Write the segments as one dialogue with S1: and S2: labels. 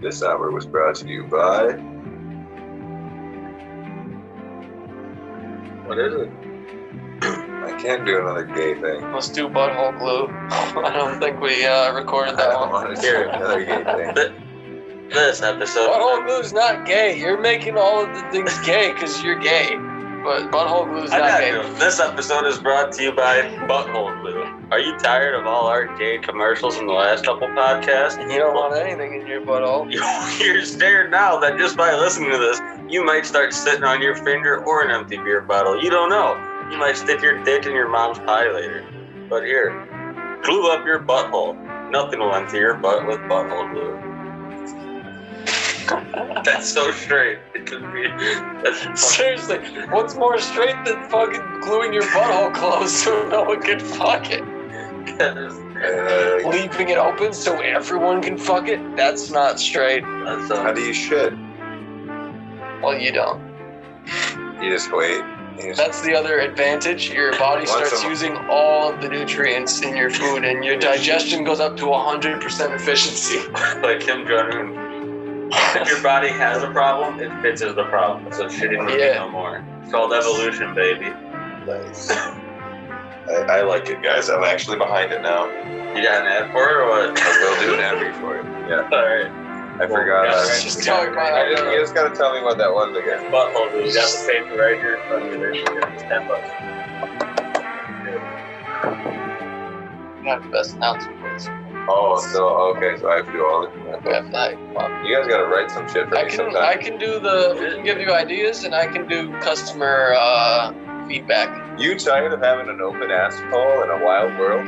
S1: This hour was brought to you by. What is it? I can't do another gay thing.
S2: Let's do butthole glue. I don't think we uh, recorded
S1: I
S2: that
S1: don't
S2: one.
S1: want to do another gay thing.
S3: This episode,
S2: Butthole glue's not gay. You're making all of the things gay because you're gay. But butthole glue's
S3: I
S2: not
S3: got
S2: gay.
S3: you. This episode is brought to you by Butthole Glue. Are you tired of all our gay commercials in the last couple podcasts?
S2: You don't want anything in your butthole.
S3: You're scared now that just by listening to this, you might start sitting on your finger or an empty beer bottle. You don't know. You might stick your dick in your mom's pie later. But here, glue up your butthole. Nothing will enter your butt with butthole glue. That's so straight. It could be. That's fucking-
S2: Seriously, what's more straight than fucking gluing your butthole closed so no one can fuck it?
S1: Uh,
S2: Leaving it open so everyone can fuck it? That's not straight.
S3: That's
S1: how
S3: uh,
S1: do you shit?
S2: Well, you don't.
S1: You just wait. You just-
S2: That's the other advantage. Your body
S1: Once
S2: starts
S1: a-
S2: using all of the nutrients in your food and your digestion goes up to 100% efficiency.
S3: like Kim Jong Un. If your body has a problem, it fits as the problem. So shitting would
S2: Yeah.
S3: be no more. It's called evolution, baby.
S1: nice. I, I like it, guys. I'm actually behind it now.
S3: You got an ad for it or what?
S1: I will do an ad for it. Yeah,
S3: Alright.
S1: I forgot.
S3: Yeah,
S1: uh,
S3: right.
S2: Just talking about
S1: I just, you just gotta tell me what that was again.
S3: Butthole glue. You got the paper right here in front of you. There's it's 10 bucks.
S2: not the best announcements.
S1: Oh, so okay, so I have to do all the.
S2: We have that. Well,
S1: You guys gotta write some shit for
S2: I
S1: me
S2: can I
S1: sometime.
S2: can do the we can give you ideas and I can do customer uh, feedback.
S1: You tired of having an open asshole in a wild world?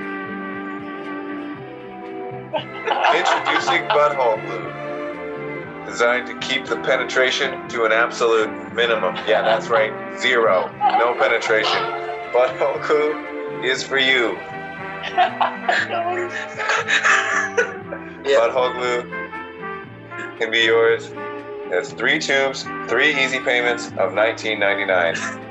S1: Introducing butthole glue, designed to keep the penetration to an absolute minimum. Yeah, that's right, zero, no penetration. Butthole glue is for you. Butthole glue can be yours. That's three tubes, three easy payments of 19.99.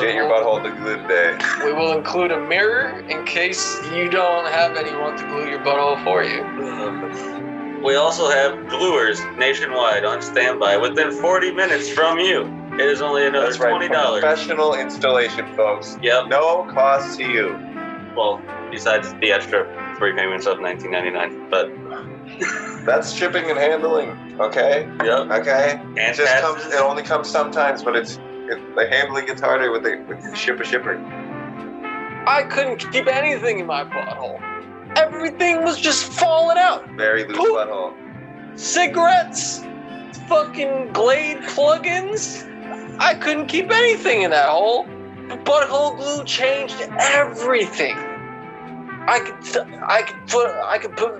S1: Get your butthole to glue today.
S2: We will include a mirror in case you don't have anyone to glue your butthole for you.
S3: We also have gluers nationwide on standby within 40 minutes from you. It is only another $20.
S1: Professional installation, folks.
S3: Yep.
S1: No cost to you.
S3: Well, besides the extra three payments of 19.99. But
S1: That's shipping and handling. Okay.
S3: yep.
S1: Okay. It
S3: And
S1: just
S3: passes.
S1: comes. It only comes sometimes, but it's it, the handling gets harder with the, with the shipper shipper.
S2: I couldn't keep anything in my butthole. Everything was just falling out.
S1: Very loose
S2: Poop.
S1: butthole.
S2: Cigarettes, fucking Glade plugins. I couldn't keep anything in that hole. Butthole glue changed everything. I could, I could put, I could put,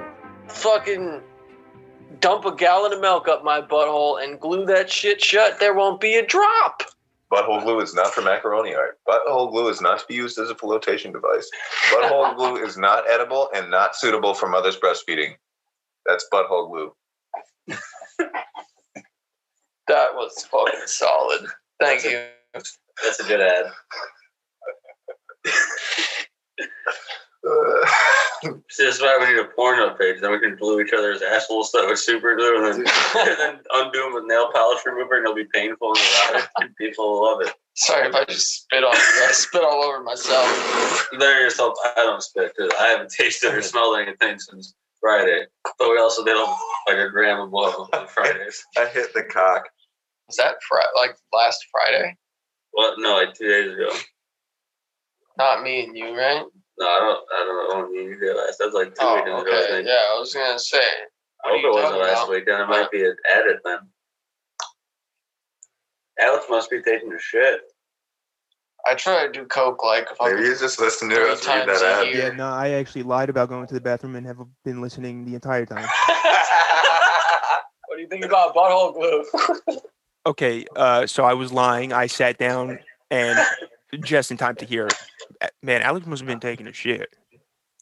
S2: fucking, dump a gallon of milk up my butthole and glue that shit shut. There won't be a drop.
S1: Butthole glue is not for macaroni art. Butthole glue is not to be used as a flotation device. Butthole glue is not edible and not suitable for mother's breastfeeding. That's butthole glue.
S2: That was fucking solid. Thank you.
S3: That's a good ad. See, that's why we need a porno page. Then we can glue each other's assholes that with super glue and then, and then undo them with nail polish remover and it'll be painful and erotic. and People will love it.
S2: Sorry if I just spit on you. I spit all over myself.
S3: There yourself, I don't spit because I haven't tasted or smelled anything since Friday. But we also did a- like a gram of blow on Fridays.
S1: I hit the cock.
S2: Was that Friday? Like last Friday?
S3: Well, no, like two days ago.
S2: Not me and you, right?
S3: No, I don't. I don't know when you did last. That was like two
S2: Oh,
S3: weeks ago. I
S2: okay.
S3: think.
S2: Yeah, I was gonna say.
S3: I
S2: What are
S3: hope
S2: you
S3: it wasn't
S2: talking
S3: last
S2: about?
S3: week. Then it might be an edit then. Alex must be taking a shit.
S2: I try to do coke like
S1: Maybe
S2: fucking
S1: you just listen to
S2: Oh. three
S1: us read
S2: times
S1: that
S2: a
S1: ad.
S2: year.
S4: Yeah, no, I actually lied about going to the bathroom and have been listening the entire time.
S2: What do you think about butthole glue?
S4: Okay, uh, so I was lying. I sat down and just in time to hear. it. Uh, Man, Alex must have been taking a shit.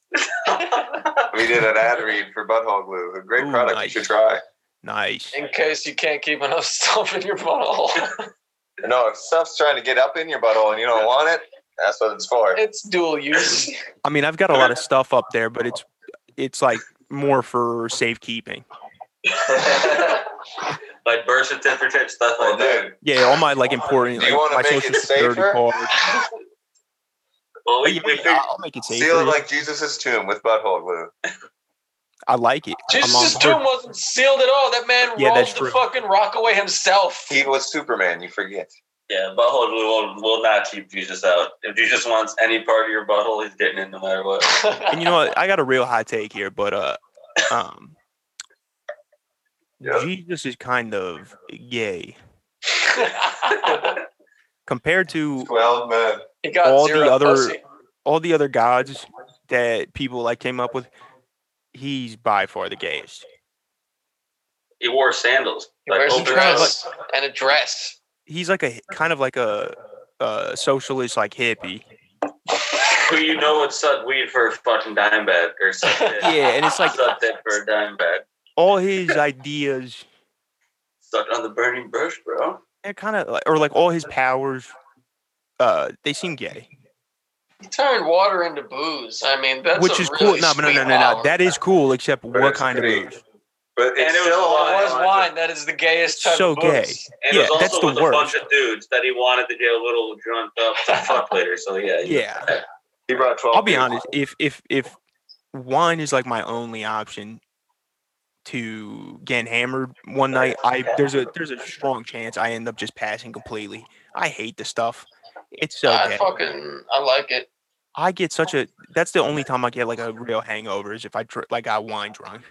S1: We did an ad read for Butthole Glue. A great
S4: Ooh,
S1: product
S4: nice.
S1: you should try.
S4: Nice.
S2: In case you can't keep enough stuff in your butthole,
S1: No, if stuff's trying to get up in your butthole and you don't want it, that's what it's for.
S2: it's dual use.
S4: I mean, I've got a lot of stuff up there, but it's it's like more for safekeeping.
S3: like birth certificate stuff
S1: Well,
S3: like that.
S1: Oh, dude,
S4: Yeah, all my like important,
S1: Do you
S4: like,
S1: wanna
S4: my
S1: make
S4: social
S1: it
S4: security
S1: safer?
S4: card.
S3: Well, we,
S4: Yeah,
S3: we figured,
S4: I'll make it safer.
S1: seal it
S4: yeah.
S1: like Jesus' tomb with butthole glue.
S4: I like it. I'm on
S2: Jesus'
S4: board.
S2: tomb wasn't sealed at all. That man
S4: Yeah,
S2: rolled
S4: that's
S2: the
S4: true.
S2: fucking rock away himself.
S1: He was Superman. You forget.
S3: yeah, butthole glue will, will not keep Jesus out. If Jesus wants any part of your butthole, he's getting in no matter what.
S4: And you know what? I got a real hot take here, but uh, um,
S1: Yeah.
S4: Jesus is kind of gay compared to
S1: Twelve men.
S2: he got
S4: All the
S2: zero
S4: other-
S2: pussy.
S4: all the other gods that people like came up with. He's by far the gayest.
S3: He wore sandals.
S2: He wears a
S3: open
S2: dress and a dress.
S4: He's like a kind of like a, uh socialist, like hippie.
S3: Who you know would suck weed for a fucking dime bag or something.
S4: Yeah, and it's like
S3: Suck that for a dime bag.
S4: all his ideas
S3: Suck on the burning bush, bro.
S4: they're kind of like, or like all his powers, uh, they seem gay,
S2: He turned water into booze. I mean, that's
S4: which
S2: a
S4: is cool.
S2: really
S4: No, but no,
S2: sweet
S4: no, no, no.
S2: power.
S4: That is cool, except
S1: But
S4: what
S1: it's
S4: kind
S1: pretty-
S4: of booze?
S1: But it's
S3: And it was
S1: still
S3: a
S2: Well, it was
S3: Wine.
S2: wine. That is the gayest type
S4: So
S2: of booze.
S4: gay.
S3: And it
S4: Yeah,
S3: was also
S4: that's the
S3: with a
S4: worst.
S3: bunch of dudes that he wanted to get a little drunk up to fuck later. So yeah, he-
S4: Yeah.
S1: he brought twelve.
S4: I'll be
S1: people.
S4: honest. If if if wine is like my only option to get hammered one night, I there's a there's a strong chance I end up just passing completely. I hate the stuff. It's so
S2: I
S4: gay.
S2: fucking I like it.
S4: I get such a. That's the only time I get like a real hangover is if I dr- like I wine drunk.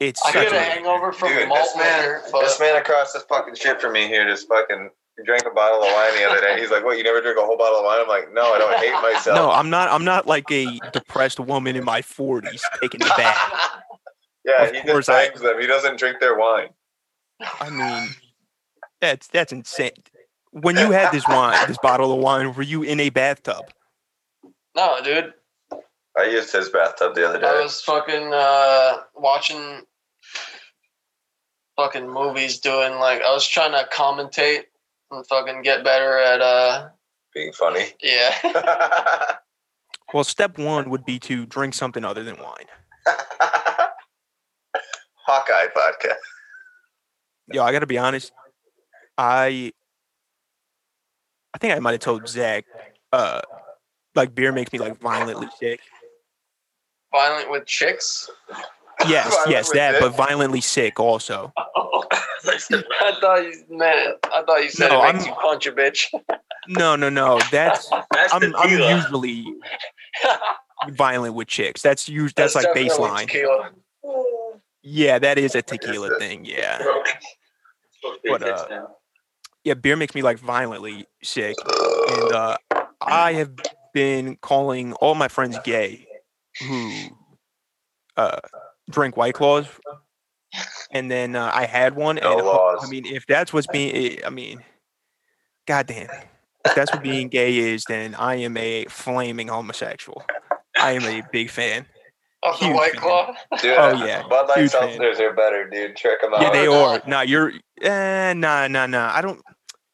S4: It's
S2: I
S4: such
S2: get a
S4: a,
S2: hangover from
S1: Dude,
S2: malt
S1: this man,
S2: liquor, but
S1: this man across the fucking shit from me here just fucking drank a bottle of wine the other day. He's like, "What? You never drink a whole bottle of wine?" I'm like, "No, I don't hate myself."
S4: no. I'm not. I'm not like a depressed woman in my 40s taking the bath.
S1: yeah,
S4: of
S1: he
S4: course
S1: just
S4: I-
S1: bangs them. He doesn't drink their wine.
S4: I mean, that's that's insane. When you had this wine, this bottle of wine, were you in a bathtub?
S2: no, dude,
S1: I used his bathtub the other
S2: I
S1: day.
S2: was fucking uh, watching fucking movies, doing like I was trying to commentate and fucking get better at uh,
S1: Being funny.
S2: yeah.
S4: Well, step one would be to drink something other than wine.
S1: Hawkeye podcast.
S4: Yo, I gotta be honest. I I think I might have told Zach, uh, like beer makes me like violently sick.
S2: Violent with chicks.
S4: Yes,
S1: Violent
S4: yes,
S1: with
S4: that,
S1: dick?
S4: but violently sick also.
S2: I thought you man. I thought you said
S4: No,
S2: it makes
S4: I'm-
S2: you punch a bitch.
S4: No, no, no. That's
S3: That's
S4: I'm I'm
S3: tequila.
S4: usually violent with chicks. That's you. That's, like
S2: definitely
S4: baseline.
S2: tequila.
S4: Yeah, that is a tequila thing. Yeah, But, uh, yeah. Beer makes me like violently sick, and uh, I have been calling all my friends gay who uh, drink White Claws, and then uh, I had one.
S1: No
S4: and
S1: laws.
S4: I mean, if that's what's being, eh, I mean, goddamn, if that's what being gay is, then I am a flaming homosexuel. I am a big fan.
S2: Of the
S4: Huge
S2: white
S4: fan.
S2: claw.
S1: Dude,
S4: Oh, yeah.
S1: Bud Light
S4: Huge fan.
S1: seltzers are better, dude. Check them out.
S4: Yeah, they
S2: no.
S4: are. Nah, you're. Eh, nah, nah, nah. I don't.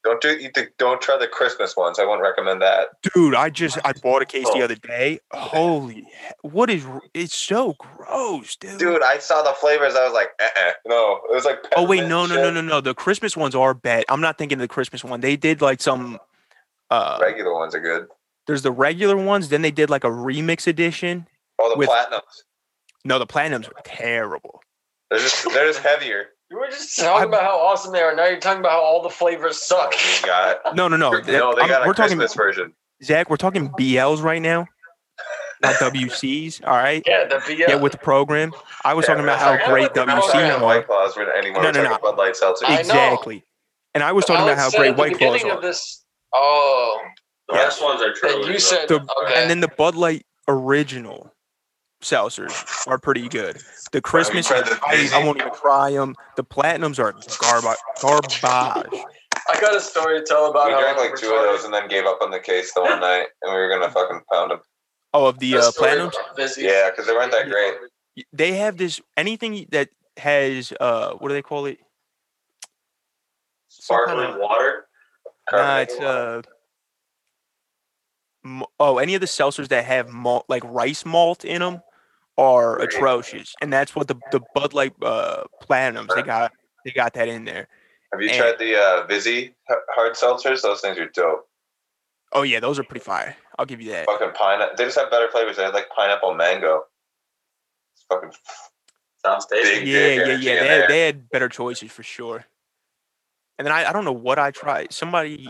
S1: don't do eat the, don't try the Christmas ones. I wouldn't recommend that.
S4: Dude, I just I bought a case the
S3: Oh.
S4: other day. Holy, he- what is? r- It's so gross, dude.
S1: Dude, I saw the flavors. I was like, uh-uh. no. It was like.
S4: oh wait,
S1: peppermint
S4: no, no, no,
S1: shit.
S4: no, no. The Christmas ones are bad. I'm not thinking of the Christmas one. They did like some. Uh,
S1: Regular ones are good.
S4: there's the regular ones. Then they did like a remix edition.
S1: Oh, the
S4: With-
S1: platinums.
S4: No, the platinums are terrible.
S1: They're just they're just heavier.
S2: You were just talking about how awesome they are. Now you're talking about how all the flavors
S1: Oh,
S2: suck.
S1: we got.
S4: No, no, no.
S1: No,
S4: that-
S1: they got
S4: Oh, I'm-
S1: a
S4: we're talking
S1: Christmas version.
S4: Zach. We're talking BLs right now, not WCs. All right.
S2: Yeah, the BS.
S4: Get with the program. I was
S1: Yeah,
S4: talking
S1: we're not
S4: about how
S2: talking
S4: great
S2: about the
S1: We're not talking
S4: WCs
S1: about
S2: program.
S4: are.
S1: White Claws. We're, anymore.
S4: No,
S1: We're
S4: no,
S1: talking Bud Light seltzers.
S2: I know.
S4: Exactly. And I was talking about
S2: Alex
S4: how
S2: said
S4: great
S2: at the
S4: White Claws
S2: beginning
S4: are.
S2: of this. Oh,
S3: the best ones are
S2: that
S3: true.
S2: you said.
S4: The-
S2: okay.
S4: And then the Bud Light original seltzers are pretty good. The Christmas,
S1: tried the
S4: I, I
S1: Daisy?
S4: won't even try them. The Platinums are garbage. Garbage.
S2: I got a story to tell about
S1: We
S2: how
S1: drank
S2: I'm
S1: like two of
S2: retarded.
S1: those and then gave up on the case the one night, and we were gonna fucking pound them.
S4: Oh, of the
S2: A
S4: uh,
S2: story
S4: Platinums,
S2: about Vizzy's.
S1: Yeah, because they weren't that great.
S4: they have this anything that has uh, what do they call it? Some kind
S3: sparkling
S4: of-
S3: water.
S4: Nah,
S1: Carbonated
S4: it's
S1: water.
S4: uh. m- Oh, any of the seltzers that have malt, like rice malt in them, are atrocious, and that's what the the Bud Light uh, Platinums they got they got that in there.
S1: Have you
S4: And-
S1: tried the uh, Vizzy h- hard seltzers? Those things are dope.
S4: Oh yeah, those are pretty fire. I'll give you that.
S1: Fucking pineapple. They just have better flavors. They have like pineapple mango. It's fucking
S3: Sounds tasty.
S1: Big
S4: yeah,
S1: dick
S4: yeah,
S1: energy
S4: yeah.
S1: in
S4: They had,
S1: there.
S4: they had better choices for sure. And then I, I don't know what I tried. Somebody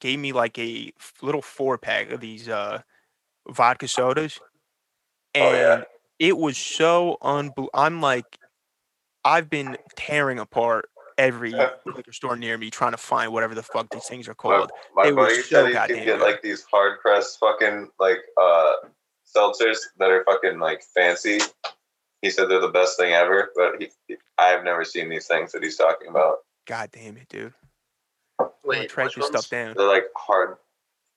S4: gave me like a f- little four pack of these uh, vodka sodas,
S1: Oh,
S4: and
S1: yeah.
S4: it was so unbel. I'm like, I've been tearing apart every liquor store near me trying to find whatever the fuck these things are called.
S1: My
S4: Oh, They were
S1: buddy
S4: so
S1: said he
S4: goddamn
S1: could get
S4: good.
S1: like these hard pressed fucking like uh seltzers that are fucking like fancy. He said they're the best thing ever, but he, he- I've never seen these things that he's talking about.
S4: God damn it, dude! I'm gonna
S2: Wait,
S4: track
S2: which
S4: your
S2: ones?
S4: stuff down.
S1: They're like hard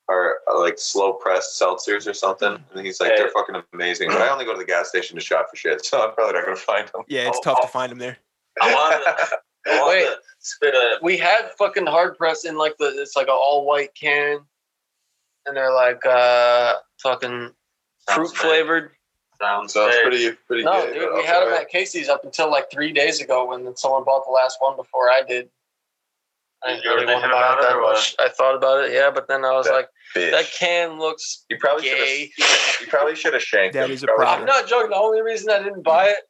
S1: or uh, like slow pressed seltzers or something.
S4: Mm-hmm.
S1: And he's like, they're fucking amazing. But I only go to the gas station to shop for shit, so I'm probably not gonna find them.
S4: Yeah, it's
S3: Oh,
S4: tough to
S3: oh.
S4: find them there.
S3: I wanted to, I wanted
S2: Wait.
S3: to spit a.
S2: We had fucking hard press in like the it's like an all white can, and they're like uh fucking fruit
S3: Sounds bad.
S2: flavored.
S3: Sounds
S1: Sounds
S3: fair.
S1: pretty pretty
S2: No,
S1: good.
S2: dude, we had them at Casey's up until like three days ago when then someone bought the last one before I did. I
S3: Did
S2: didn't
S3: you ever
S2: really want to
S3: think
S2: buy it
S3: about it,
S2: that
S3: or what?
S2: much. I thought about it, yeah, but then I was
S1: That-
S2: like,
S1: Bitch.
S2: that can looks
S1: you probably should have
S2: gay.
S1: you probably should have shanked
S4: That
S1: him.
S4: is a
S1: Probably-
S4: problem.
S2: I'm not joking. The only reason I didn't buy it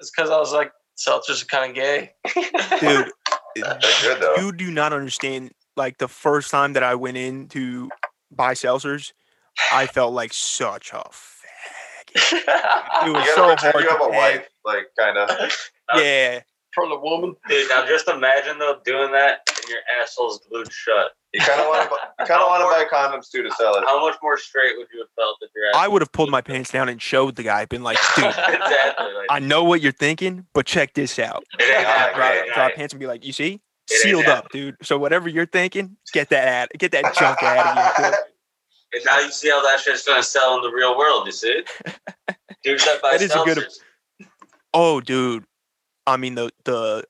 S2: is because I was like, seltzers are kind of gay.
S4: dude.
S1: They're good though.
S4: You do not understand. Like the first time that I went in to buy seltzers, I felt like such a faggot. It was
S1: you
S4: so
S1: gotta
S4: hard.
S1: pretend you have
S4: to
S1: a
S4: pay.
S1: wife, like kind of.
S4: Yeah,
S2: From the woman.
S3: Dude, now just imagine though doing that and your asshole's glued shut.
S1: You kind of want to, you kind of want to buy condoms too to sell it.
S3: How much more straight would you have felt if your
S4: I
S3: asshole?
S4: would have pulled my pants down and showed the guy. Been like, dude,
S3: exactly. Like,
S4: I know what you're thinking, but check this out.
S3: it ain't
S1: Yeah,
S3: happening.
S1: right,
S4: Drop,
S3: It ain't
S4: drop pants and be like, you see,
S3: It ain't
S4: sealed
S3: happening.
S4: up, dude. So whatever you're thinking, get that out, get that junk out of here. dude.
S3: And now you see how that shit's gonna sell in the real world. You see, dudes that buy
S4: That is a good-
S3: seltzers.
S4: Oh, dude. I mean the the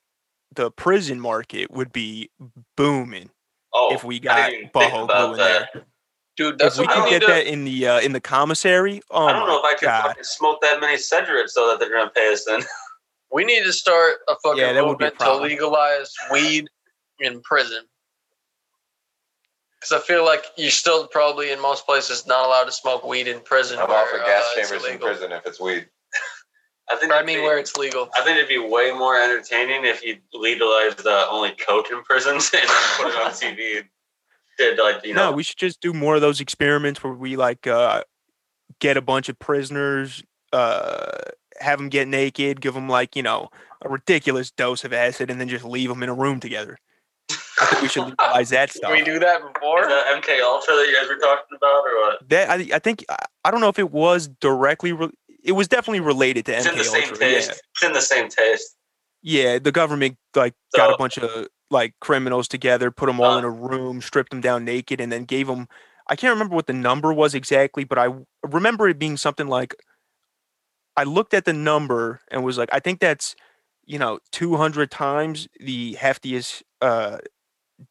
S4: the prison market would be booming
S3: Oh,
S4: if we
S3: I
S4: got
S3: didn't even think
S4: Boho
S3: about
S4: Blue in there.
S3: that.
S2: Dude,
S4: If
S2: that's
S4: we
S2: what
S3: I
S4: could
S2: we need
S4: get
S2: to,
S4: that in the uh, in the commissary, oh
S3: I don't know if
S4: my
S3: I could
S4: god!
S3: fucking smoke that many cigarettes so that they're gonna pay us then.
S2: we need to start a fucking
S4: Yeah, that would be a
S2: movement to
S4: problem.
S2: legalize weed in prison. Because I feel like you're still probably in most places not allowed to smoke weed in prison.
S1: I'm
S2: where,
S1: all for gas
S2: uh, it's
S1: chambers in
S2: illegal.
S1: prison if it's weed.
S3: I think
S2: I
S3: that'd
S2: mean,
S3: be-
S2: where it's legal.
S3: I think it'd be way more entertaining if you legalized uh, only coke in prisons and put it on TV and did like you
S4: no,
S3: know
S4: we should just do more of those experiments where we like uh, get a bunch of prisoners, uh, have them get naked, give them like you know a ridiculous dose of acid, and then just leave them in a room together. I think we should legalize that
S2: Did
S4: stuff.
S2: we do that
S3: Is
S2: before?
S3: that MK Ultra that you guys were talking about, or what?
S4: that I, I think I, I don't know if it was directly. Re- it was definitely related to
S3: It's in the
S4: MK
S3: same
S4: Ultra.
S3: taste.
S4: Yeah.
S3: It's in the same taste.
S4: yeah, the government like got a
S3: So-
S4: bunch of like criminals together, put them all
S3: Uh.
S4: in a room, stripped them down naked, and then gave them. I can't remember what the number was exactly, but I w- remember it being something like. I looked at the number and was like, I think that's, you know, two hundred times the heftiest uh,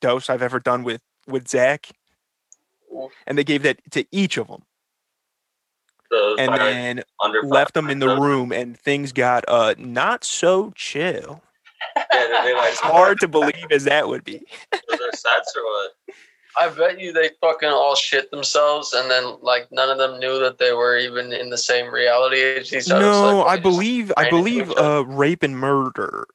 S4: dose I've ever done with with Zach,
S2: Oof.
S4: and they gave that to each of them,
S3: So
S4: and
S3: probably
S4: then
S3: under five
S4: left them in the
S3: pounds.
S4: room and things got uh not so chill
S3: Yeah, they- they like
S4: hard to believe as that would be
S3: those are sets or what?
S2: I bet you they fucking all shit themselves, and then like none of them knew that they were even in the same reality as each other. It's
S4: no
S2: like,
S4: i
S2: they just-
S4: believe i
S2: ran into
S4: believe
S2: each other.
S4: uh rape and murder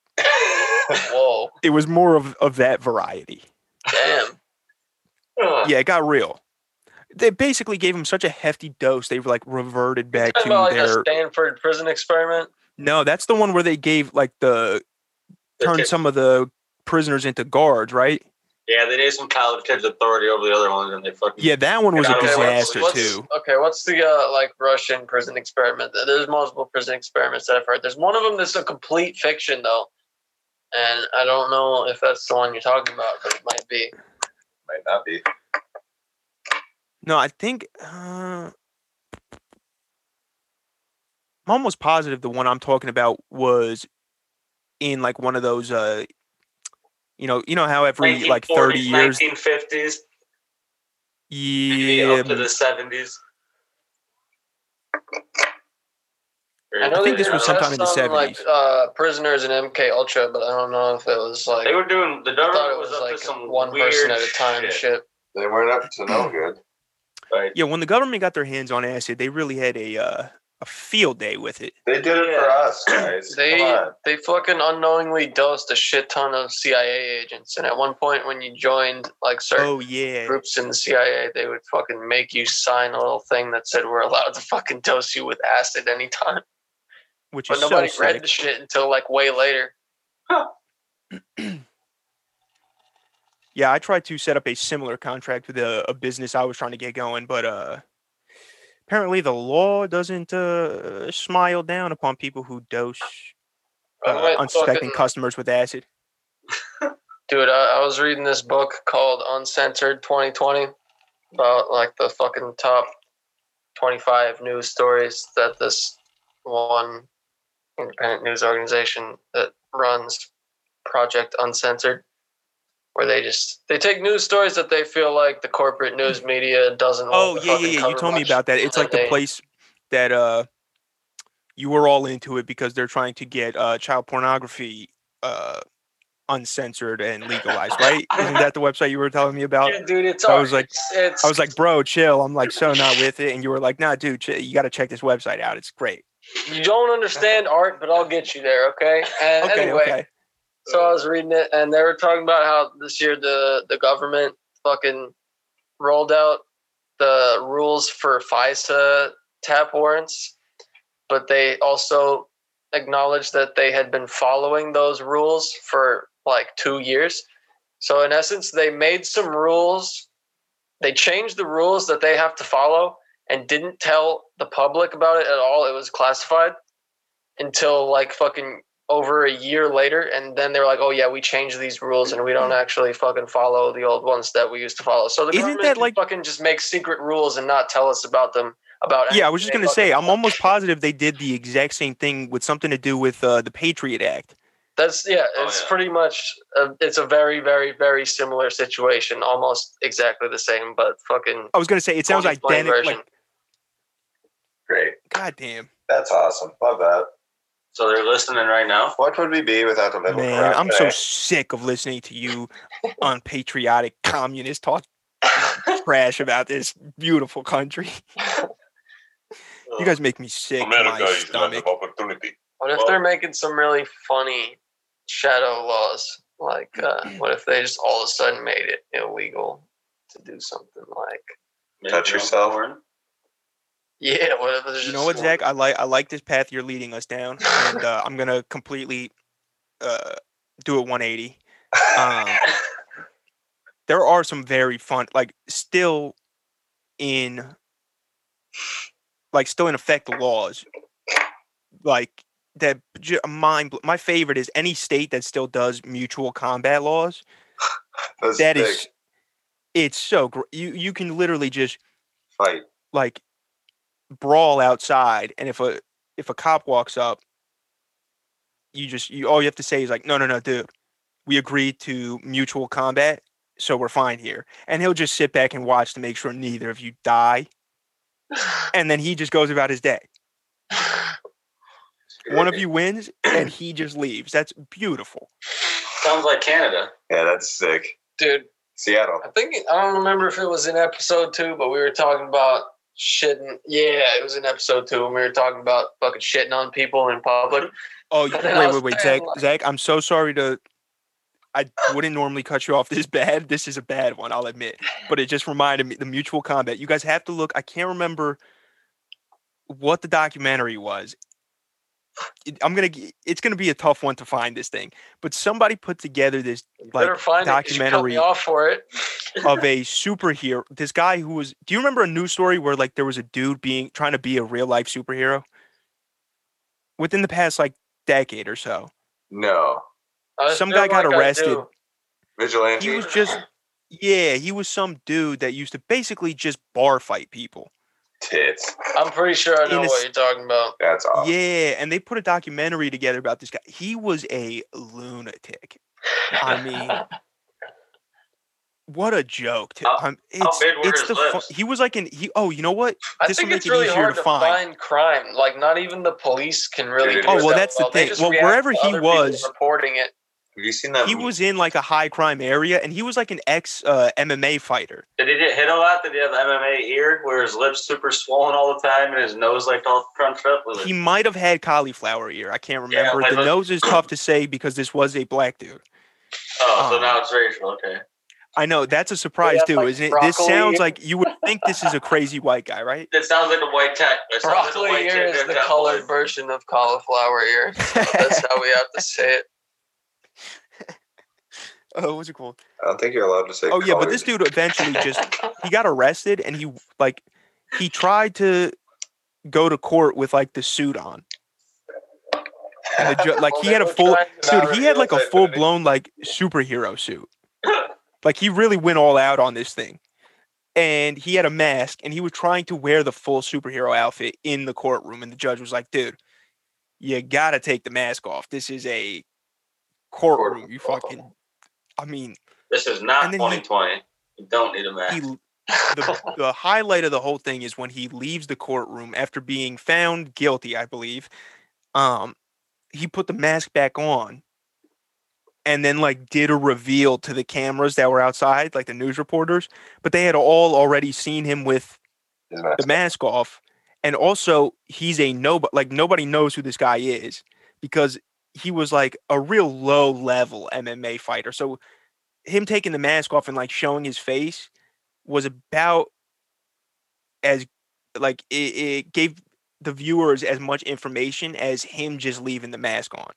S2: Whoa,
S4: it was more of of that variety
S2: damn!
S3: Ugh.
S4: yeah it got real they basically gave him such a hefty dose they like reverted back
S2: Talking
S4: to
S2: about like a
S4: their
S2: Stanford prison experiment.
S4: no that's the one where they gave like the
S3: The
S4: turned
S3: kid-
S4: some of the prisoners into guards right
S3: yeah, they gave some college kids authority over the other ones, and they fucking
S4: yeah that one was a
S3: Okay, what's-
S4: disaster
S2: what's,
S4: too
S2: Okay, what's the uh, like Russian prison experiment? There's multiple prison experiments that I've heard. There's one of them that's a complete fiction though, and I don't know if that's the one you're talking about, but it might be.
S1: Might not be.
S4: No, I think uh, I'm almost positive the one I'm talking about was in like one of those uh you know, you know how every like 30 years
S3: 1950s, maybe
S4: yeah
S3: up to the 70s.
S4: I think this was
S2: That's
S4: sometime in the
S2: something
S4: 70s.
S2: Like uh, prisoners and MK Ultra, but I don't know if it was like
S3: They were doing the
S2: I
S3: government
S2: thought it
S3: was,
S2: was
S3: up to
S2: like
S3: some
S2: one
S3: weird
S2: person at a time shit.
S3: shit.
S1: They weren't up to no good.
S3: Like,
S4: Yeah, when the government got their hands on acid, they really had a uh, a field day with it.
S1: They did it for
S3: Yeah.
S1: us, guys. Come
S2: They
S1: on.
S2: they fucking unknowingly dosed a shit ton of CIA agents, and at one point when you joined like certain
S4: Oh yeah,
S2: groups in the CIA, they would fucking make you sign a little thing that said we're allowed to fucking dose you with acid anytime.
S4: which
S2: But
S4: is so
S2: nobody read
S4: sick.
S2: the shit until like way later.
S4: Yeah, I tried to set up a similar contract with a, a business I was trying to get going, but uh, apparently the law doesn't uh, smile down upon people who dose
S2: I
S4: uh,
S2: went
S4: unsuspecting
S2: fucking-
S4: customers with acid.
S2: Dude, I, I was reading this book called Uncensored 2020 about like the fucking top 25 news stories that this one independent news organization that runs Project Uncensored, where they just they take news stories that they feel like the corporate news media doesn't.
S4: Oh
S2: want to
S4: yeah,
S2: fucking
S4: yeah, yeah. You
S2: cover
S4: told me
S2: much.
S4: about that. It's like the
S2: They-
S4: place that uh you were all into it because they're trying to get uh child pornography uh uncensored and legalized, right? Isn't that the website you were telling me about?
S2: Yeah, dude, it's.
S4: I
S2: all-
S4: was like-
S2: it's, it's
S4: I was like, bro, chill. I'm like so not with it, and you were like, nah, dude, ch- you got to check this website out. It's great.
S2: you don't understand art, but I'll get you there, okay? And
S4: Okay,
S2: anyway,
S4: okay.
S2: So I was reading it, and they were talking about how this year the the government fucking rolled out the rules for FISA tap warrants, but they also acknowledged that they had been following those rules for like two years. So in essence, they made some rules. They changed the rules that they have to follow and didn't tell the public about it at all. It was classified until like fucking over a year later and then they're like oh yeah we changed these rules and we don't actually fucking follow the old ones that we used to follow so the
S4: Isn't
S2: government
S4: that
S2: can
S4: like-
S2: fucking just make secret rules and not tell us about them about
S4: Yeah, I
S2: anything
S4: was just
S2: they
S4: gonna say,
S2: fucking-
S4: I'm almost positive they did the exact same thing with something to do with uh, the Patriot Act.
S2: that's yeah
S3: Oh,
S2: it's
S3: yeah.
S2: pretty much a, it's a very very very similar situation almost exactly the same but fucking
S4: I was gonna say it sounds
S2: 2020
S4: identical.
S2: version.
S4: Like,
S3: great.
S4: goddamn,
S1: That's awesome. Love that.
S3: So they're listening right now.
S1: What would we be without the middle
S4: man,
S1: ground?
S4: I'm so sick of listening to you, unpatriotic communist, talk trash about this beautiful country. You guys make me sick. to my stomach.
S1: opportunity.
S2: what if
S3: Well-
S2: they're making some really funny shadow laws like uh, what if they just all of a sudden made it illegal to do something like
S3: Maybe
S1: Touch
S3: no
S1: yourself.
S3: porn.
S2: Yeah, what if there's
S4: You
S2: just
S4: know what,
S2: one-
S4: Zach? I like I like this path you're leading us down, and uh, I'm gonna completely uh, do a 180. Um, there are some very fun, like still in, like still in effect laws, like that. j- Mind. bl- My favorite is any state that still does mutual combat laws.
S1: That's
S4: That
S1: big
S4: is, it's so great. You you can literally just
S1: fight.
S4: like brawl outside, and if a if a cop walks up, you just you all you have to say is like, no, no, no, dude, we agreed to mutual combat, so we're fine here. And he'll just sit back and watch to make sure neither of you die, and then he just goes about his day. One of you wins, and he just leaves. That's beautiful.
S3: Sounds like Canada.
S1: Yeah, that's sick.
S2: dude?
S1: Seattle.
S2: I think I don't remember if it was in episode two, but we were talking about shitting. Yeah, it was in episode two, and we were talking about fucking shitting on people in public.
S4: Oh, y-
S2: But then I
S4: wait,
S2: was
S4: wait, wait,
S2: saying,
S4: Zach,
S2: like-
S4: Zach, I'm so sorry to. I wouldn't normally cut you off this bad. This is a bad one, I'll admit. But it just reminded me the mutual combat. You guys have to look. I can't remember what the documentary was. It- I'm gonna. g- It's gonna be a tough one to find this thing. But somebody put together this
S2: Better
S4: like
S2: find it. You cut
S4: documentary
S2: me off for it.
S4: of a superhero. This guy who was. Do you remember a news story where like there was a dude being trying to be a real life superhero within the past like decade or so?
S1: No.
S2: I
S4: Some
S2: feel
S4: guy got
S2: Uh, like I
S4: arrested.
S2: do.
S1: Vigilante.
S4: he was just yeah he was some dude that used to basically just bar fight people
S1: tits.
S2: I'm pretty sure I know
S4: In a
S2: what
S4: s-
S2: you're talking about.
S1: That's
S3: Oh.
S1: awesome.
S4: yeah and they put a documentary together about this guy he was a lunatic i mean what a joke! To,
S3: How-
S4: um,
S3: how
S4: it's
S3: big were
S4: it's
S3: his
S4: the fun,
S3: lips?
S4: he was like an he. Oh, you know what?
S2: I
S4: This
S2: think
S4: will make
S2: it's
S4: it
S2: really
S4: easier
S2: hard
S4: to
S2: to
S4: find.
S2: find. crime. Like not even the police can really.
S1: Dude,
S2: do
S1: it
S4: Oh,
S2: it
S4: well,
S2: that
S4: that's the
S2: They
S4: thing.
S2: just
S4: Well,
S2: react
S4: wherever
S2: to
S4: he
S2: other people
S4: was-
S2: reporting it.
S1: Have you seen that?
S4: He
S1: meme?
S4: was in like a high crime area, and he was like an ex uh, MMA fighter.
S3: Did he get hit a lot? Did he have MMA ear where his lips super swollen all the time and his nose like all crunched up? Was
S4: He
S3: it?
S4: might have had cauliflower ear. I can't
S3: Yeah,
S4: remember.
S3: like
S4: the
S3: the-
S4: nose is tough to say because this was a black dude.
S3: Oh, so
S4: um,
S3: now it's racial. Okay.
S4: I know that's a surprise
S2: that's
S4: too,
S2: like
S4: isn't it? This
S2: broccoli
S4: sounds
S2: ear.
S4: like you would think this is a crazy white guy, right?
S3: It sounds like a white tech. It sounds like a
S2: Broccoli
S3: white
S2: ear
S3: tech
S2: is the
S3: that got
S2: colored
S3: bullied.
S2: version of cauliflower ear. That's how we have to say it.
S4: oh, what's it called?
S1: I don't think you're allowed to say.
S4: Oh yeah, but
S1: colored.
S4: this dude eventually just he got arrested and he like he tried to go to court with like the suit on. And the ju- like
S2: Well,
S4: he
S2: they
S4: had a
S2: were
S4: full
S2: trying to
S4: dude,
S2: not
S4: he had
S1: reveal
S4: like a
S1: his
S4: full
S1: identity.
S4: blown like superhero suit. Like he really went all out on this thing. And he had a mask and he was trying to wear the full superhero outfit in the courtroom and the judge was like, "Dude, you got to take the mask off. This is a courtroom. You fucking I mean,
S3: This is not
S4: And then he-
S3: 2020. you don't need a mask.
S4: he the, the highlight of the whole thing is when he leaves the courtroom after being found guilty, I believe. Um, he put the mask back on and then like did a reveal to the cameras that were outside, like the news reporters, but they had all already seen him with
S1: His mask.
S4: the mask off. And also he's a nobody like nobody knows who this guy is because he was like a real low level MMA fighter. So him taking the mask off and like showing his face was about as like it, it gave the viewers as much information as him just leaving the mask on.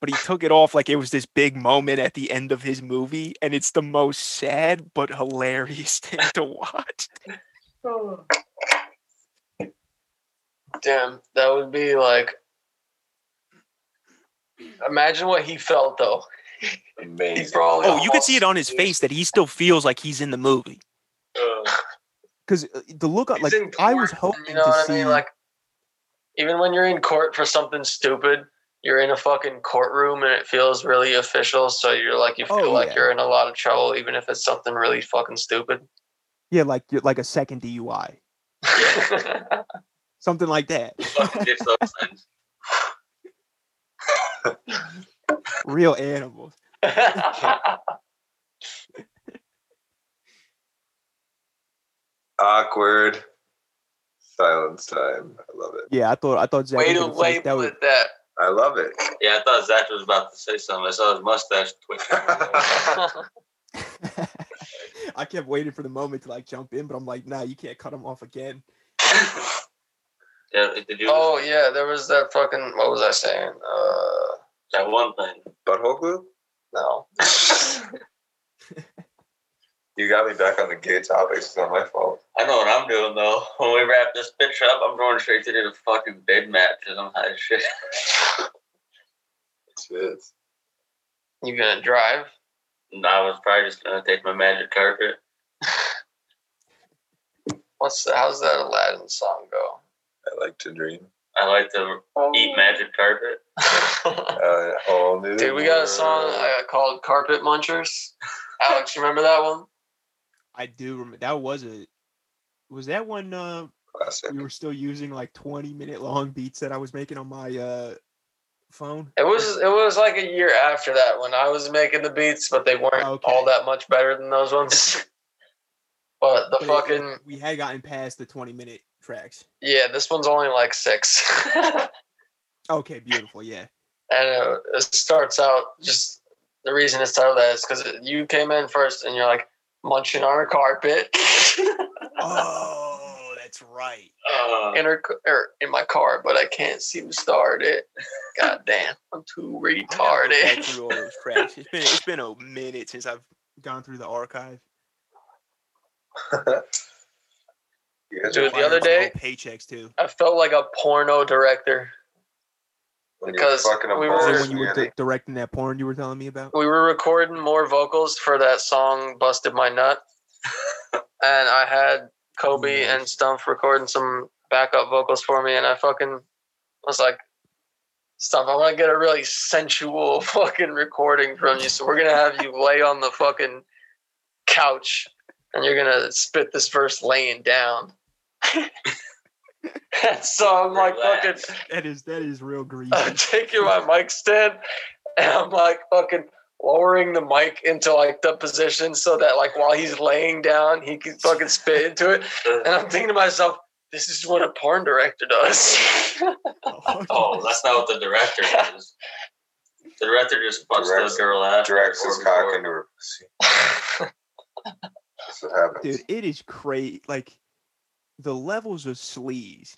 S4: But he took it off like it was this big moment at the end of his movie, and it's the most sad but hilarious thing to watch.
S2: Damn, that would be like. Imagine what he felt though.
S1: Amazing.
S2: brawling.
S4: Oh, you could see it on his face that he still feels like he's in the movie. Because uh, the look on,
S3: He's
S4: like
S3: in
S4: I was
S3: court,
S4: hoping
S2: You know
S4: to
S2: what I
S4: see.
S2: mean? Like, even when you're in court for something stupid, you're in a fucking courtroom and it feels really official. So you're like, you feel
S4: Oh,
S2: like
S4: yeah.
S2: you're in a lot of trouble, even if it's something really fucking stupid.
S4: yeah, like you're- like a second DUI,
S3: Oh.
S4: something like that.
S3: Fucking ditch those things.
S4: Real animals.
S1: Awkward. Silence time. I love it.
S4: Yeah, I thought I thought Zach
S2: Way
S4: was
S2: to
S4: gonna say that
S2: label
S4: was-
S2: it that.
S1: I love it.
S3: Yeah, I thought Zach was about to say something. I saw his mustache twitch.
S4: I kept waiting for the moment to like jump in, but I'm like, nah, you can't cut him off again.
S3: yeah, did you?
S2: oh yeah, there was that fucking. What was I saying? Uh,
S3: that one thing.
S1: Butthole glue?
S2: no.
S1: You got me back on the gay topics. It's not my fault.
S3: I know what I'm doing though. When we wrap this bitch up, I'm going straight to the fucking bid matches. I'm high as shit.
S1: Shit.
S2: You gonna drive?
S3: And I was probably just gonna take my magic carpet.
S2: What's the, how's that Aladdin song go?
S1: I like to dream.
S3: I like to
S1: Oh.
S3: eat magic carpet.
S1: Uh, whole new
S2: Dude, we got a
S1: world.
S2: song uh, called "Carpet Munchers." Alex, you remember that one?
S4: I do remember that was a was that when uh
S1: Classic.
S4: we were still using like 20 minute long beats that I was making on my uh phone?
S2: It was it was like a year after that when I was making the beats, but they weren't
S4: Okay.
S2: all that much better than those ones. but the
S4: But it-
S2: fucking
S4: we had gotten past the 20 minute tracks.
S2: yeah, this one's only like six.
S4: Okay, beautiful. Yeah.
S2: and it, it starts out just the reason it started that is because you came in first and you're like munching on a carpet
S4: Oh, that's right.
S3: Uh,
S2: in her c- or in my car, but I can't seem to start it. God damn, I'm too
S4: I gotta go back
S2: retarded.
S4: through all those tracks. It's been it's been a minute since I've gone through the archive.
S1: You guys
S2: Dude,
S1: are
S2: the other day-
S4: paychecks too.
S2: I felt like a porno director.
S1: when you're
S2: because
S1: fucking a
S2: we
S4: Is
S2: were-
S4: it
S1: boss,
S4: when you were
S1: Manny.
S4: di- directing that porn you were telling me about?
S2: we were recording more vocals for that song "Busted My Nut," and I had Kobe
S4: Nice.
S2: and Stump recording some backup vocals for me, and I fucking was like, "Stump, I want to get a really sensual fucking recording from you, so we're gonna have you lay on the fucking couch and you're gonna spit this verse laying down. so I'm like fucking
S3: Relax.
S4: That is that is real greedy.
S2: I'm taking my mic stand and I'm like fucking lowering the mic into like the position so that like while he's laying down he can fucking spit into it. And I'm thinking to myself, this is what a porn director does.
S3: Oh, that's not what the director does. The director just punched the
S1: Directs-
S3: girl out.
S1: Directs his cock into her pussy. That's what happens.
S4: Dude, it is crazy. Like the levels of sleaze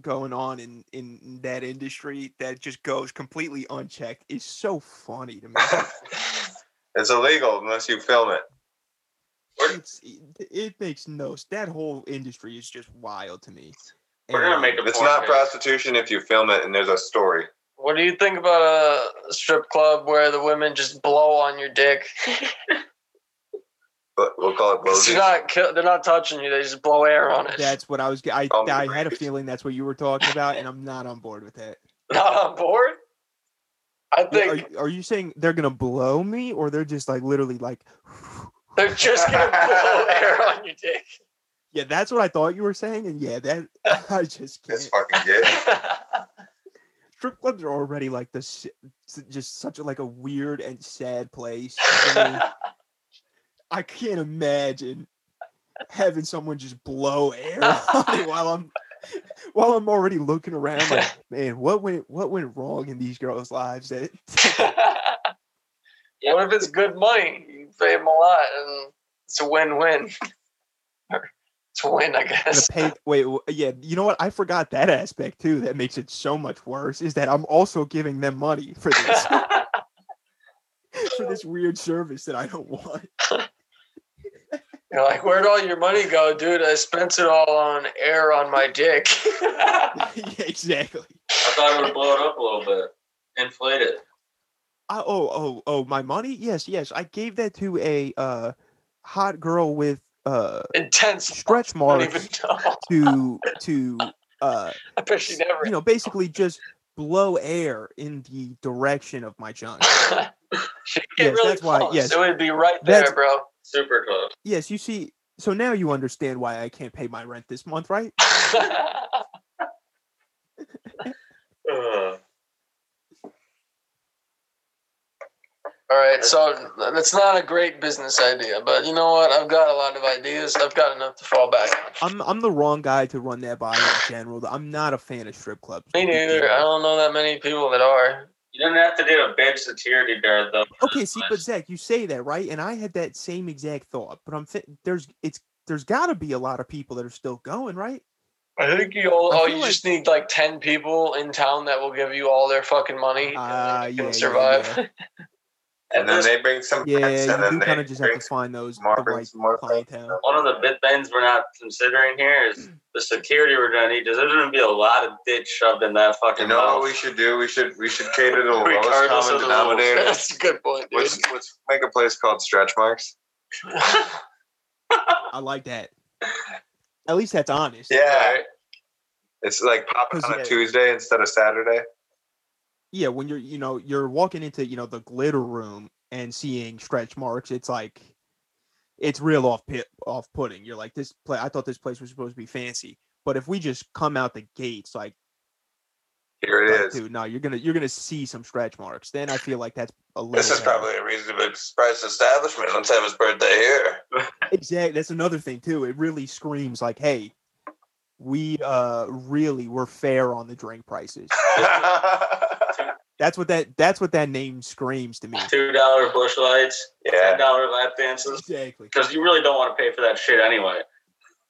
S4: going on in in that industry that just goes completely unchecked is so funny to me.
S1: it's illegal unless you film it.
S4: it's, it, it makes no. s- That whole industry is just wild to me.
S3: We're gonna
S4: And
S3: make a
S1: It's
S3: porn
S1: not
S3: base.
S1: prostitution if you film it and there's a story.
S2: what do you think about a strip club where the women just blow on your dick?
S1: But we'll call it
S2: 'Cause
S1: blowsies.
S2: They're not, kill- they're not touching you. They just blow air on it.
S4: That's what I was. g- I
S1: Oh,
S4: I had a
S1: great.
S4: feeling that's what you were talking about, and I'm not on board with that.
S2: Not on board. I
S4: Yeah,
S2: think
S4: Are, are you saying they're gonna blow me, or they're just like literally like?
S2: they're just gonna blow air on your dick.
S4: Yeah, that's what I thought you were saying, and yeah, that I just can't.
S1: It's fucking gay.
S4: Strip clubs are already like this, just such a, like a weird and sad place. to me. I can't imagine having someone just blow air on me while I'm while I'm already looking around like, man, what went what went wrong in these girls' lives that
S2: What if it's good money? You pay them a lot, and it's a win-win. Or it's a win, I
S4: the
S2: guess.
S4: pay wait w- yeah you know what i forgot that aspect too that makes it so much worse is that i'm also giving them money for this for this weird service that i don't want
S2: You're like, where'd all your money go, dude? I spent it all on air on my dick.
S4: yeah, exactly
S3: I thought it would blow it up a little bit, inflate it.
S4: I, oh oh oh my money yes yes i gave that to a uh hot girl with uh
S2: Intense.
S4: stretch
S2: I don't even
S4: marks
S2: know.
S4: to to uh
S2: I bet she never.
S4: you know basically just blow air in the direction of my junk
S2: she get
S4: yes,
S2: really
S4: that's why-
S2: close.
S4: yes.
S2: It would be right there,
S4: That's-
S2: bro.
S3: Super close.
S4: yes you see so now you understand why i can't pay my rent this month right
S3: Uh,
S2: All right, so that's not a great business idea, but you know what? I've got a lot of ideas. I've got enough to fall back on.
S4: I'm I'm the wrong guy to run that by in general. I'm not a fan of strip clubs.
S2: Me neither. I don't know that many people that are.
S3: you didn't have to do a big security guard though.
S4: Okay, see, but Zach, you say that right, and I had that same exact thought. But I'm thi- there's it's there's got to be a lot of people that are still going, right?
S2: I think you all.
S4: I
S2: Oh,
S4: feel
S2: you just need like ten people in town that will give you all their fucking money and
S4: Ah,
S2: then you
S4: yeah,
S2: can survive.
S4: yeah,
S3: At
S1: And then
S3: this-
S1: they bring some
S4: Yeah,
S1: friends, and
S4: you
S1: then
S4: do
S1: they
S4: kind of just have
S1: bring
S4: to find those
S1: some more,
S4: the
S1: bring
S4: right
S1: some more friends.
S4: clientele.
S3: one of the big things we're not considering here is the security we're gonna need. 'cause There's gonna be a lot of dick shoved in that fucking
S1: You know
S3: mouth.
S1: what we should do? We should we should cater to the lowest
S3: Regardless
S1: common
S3: of the level.
S1: denominator.
S2: That's a good point, dude.
S1: Let's, let's make a place called Stretch Marks.
S4: I like that. At least that's honest.
S1: Yeah, it's like popping
S4: Cause,
S1: on a
S4: yeah.
S1: Tuesday instead of Saturday.
S4: Yeah, when you're you know you're walking into you know the glitter room and seeing stretch marks, it's like it's real off pit off putting. You're like this play. I thought this place was supposed to be fancy, but if we just come out the gates like,
S1: Here it
S4: like,
S1: is.
S4: dude, no, you're gonna you're gonna see some stretch marks. Then I feel like that's a little.
S1: This is probably a reasonably priced establishment. Let's have his birthday here.
S4: exactly that's another thing too. It really screams like, hey, we uh really were fair on the drink prices. That's what that that's what that name screams to me.
S3: Two dollar bush lights, ten
S1: yeah,
S3: dollar lap dances.
S4: Exactly.
S3: Because you really don't want to pay for that shit anyway.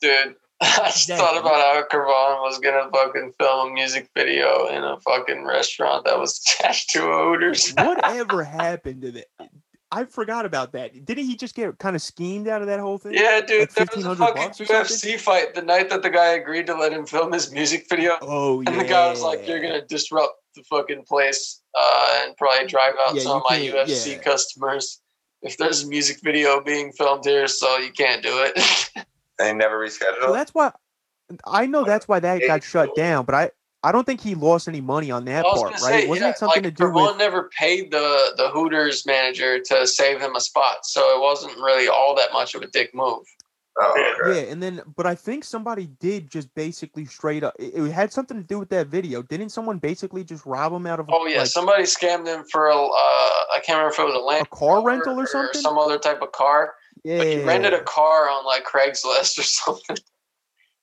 S2: dude. I just
S4: Dang.
S2: thought about how Kavan was gonna fucking film a music video in a fucking restaurant that was attached to Hooters.
S4: Whatever happened to that? I forgot about that. Didn't he just get kind of schemed out of that whole thing?
S2: Yeah, dude,
S4: Like
S2: there was a
S4: 1500
S2: fucking
S4: bucks or something?
S2: UFC fight the night that the guy agreed to let him film his music video,
S4: Oh yeah.
S2: and the guy was like, "You're gonna disrupt the fucking place uh, and probably drive out
S4: Yeah,
S2: some of
S4: you
S2: my
S4: can't-
S2: UFC
S4: yeah.
S2: customers if there's a music video being filmed here, so you can't do it."
S1: they never
S4: So
S1: rescheduled.
S4: that's why I know that's why that got shut down. But I I don't think he lost any money on that
S2: I was
S4: part, right?
S2: gonna say,
S4: Wasn't
S2: yeah,
S4: it something
S2: like,
S4: to do
S2: Pavone
S4: with?
S2: never paid the the Hooters manager to save him a spot, so it wasn't really all that much of a dick move.
S1: Oh, okay.
S4: Yeah, and then but I think somebody did just basically straight up. It, it had something to do with that video. Didn't someone basically just rob him out of?
S2: Oh yeah,
S4: like,
S2: somebody scammed him for a. Uh, I can't remember if it was a
S4: a
S2: land
S4: car rental or something.
S2: some other type of car.
S4: yeah,
S2: But he rented a car on like Craigslist or something.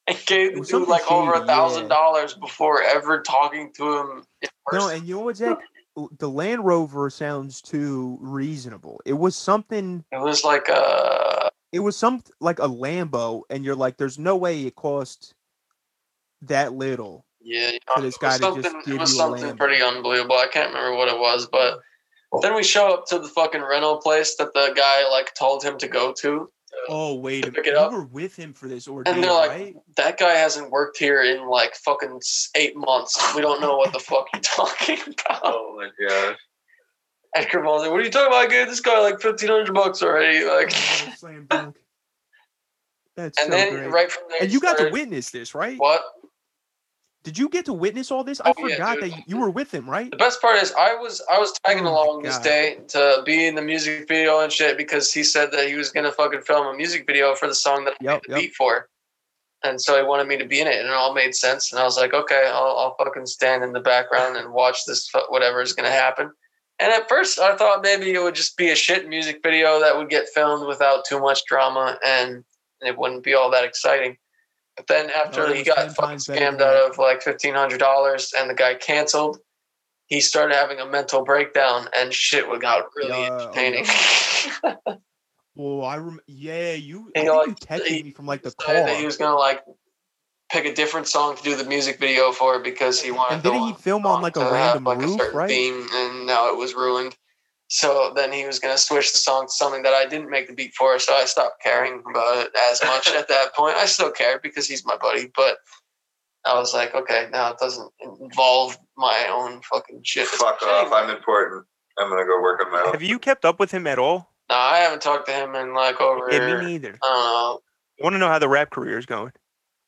S2: And gave
S4: It
S2: the
S4: was
S2: dude
S4: something
S2: like over
S4: shady,
S2: a thousand
S4: yeah.
S2: dollars before ever talking to him in
S4: No,
S2: person.
S4: and you know what, Zach? The Land Rover sounds too reasonable. It was something.
S2: it was like uh
S4: It was some like a Lambo, and you're like, "There's no way it cost that little."
S2: yeah, you
S4: For
S2: know,
S4: this
S2: it
S4: guy
S2: was
S4: to just
S2: something,
S4: give
S2: it was
S4: you a
S2: something
S4: Lambo.
S2: pretty unbelievable. I can't remember what it was, but then we show up to the fucking rental place that the guy like told him to go to.
S4: Oh wait, a
S2: Pick
S4: minute.
S2: it
S4: you
S2: up.
S4: were with him for this ordeal,
S2: And they're like,
S4: right?
S2: that guy hasn't worked here in like fucking s- eight months. We don't know what the fuck you're talking about.
S3: Oh my gosh.
S2: And Cremon's like, what are you talking about? I gave this guy like fifteen hundred bucks already. Like,
S4: Oh, slam dunk. That's
S2: and
S4: so
S2: then
S4: great.
S2: right from there,
S4: and you got to
S2: started-
S4: witness this, right?
S2: What?
S4: Did you get to witness all this? I
S2: Oh, yeah,
S4: forgot
S2: dude.
S4: that you were with him, right?
S2: The best part is I was I was tagging
S4: Oh my
S2: along this
S4: God.
S2: day to be in the music video and shit because he said that he was gonna fucking film a music video for the song that I
S4: Yep,
S2: made the
S4: yep.
S2: beat for. And so he wanted me to be in it, and it all made sense. And I was like, okay, I'll, I'll fucking stand in the background and watch this fu- whatever is gonna happen. And at first, I thought maybe it would just be a shit music video that would get filmed without too much drama, and it wouldn't be all that exciting. But then after
S4: No, it
S2: he
S4: was
S2: got
S4: 10
S2: fucking
S4: times better than
S2: scammed
S4: that.
S2: out of like fifteen hundred dollars, and the guy canceled, he started having a mental breakdown, and shit got really
S4: Yeah, oh,
S2: entertaining.
S4: Well, Oh, I rem- yeah, you. I
S2: And you're
S4: think
S2: like,
S4: you
S2: he
S4: texted me from like the
S2: Decided
S4: car.
S2: that he was gonna like pick a different song to do the music video for because he wanted
S4: and didn't
S2: the
S4: he film on like a
S2: to have,
S4: random
S2: like, a
S4: roof,
S2: certain
S4: right?
S2: Theme, and now it was ruined. So then he was gonna switch the song to something that I didn't make the beat for, so I stopped caring about it as much at that point. I still cared because he's my buddy, but I was like, okay, now it doesn't involve my own fucking shit.
S1: Fuck off. I'm important. I'm gonna go work on my own.
S4: Have you kept up with him at all?
S2: No, I haven't talked to him in like over.
S4: Yeah, me neither.
S2: I don't know.
S4: Want to know how the rap career is going?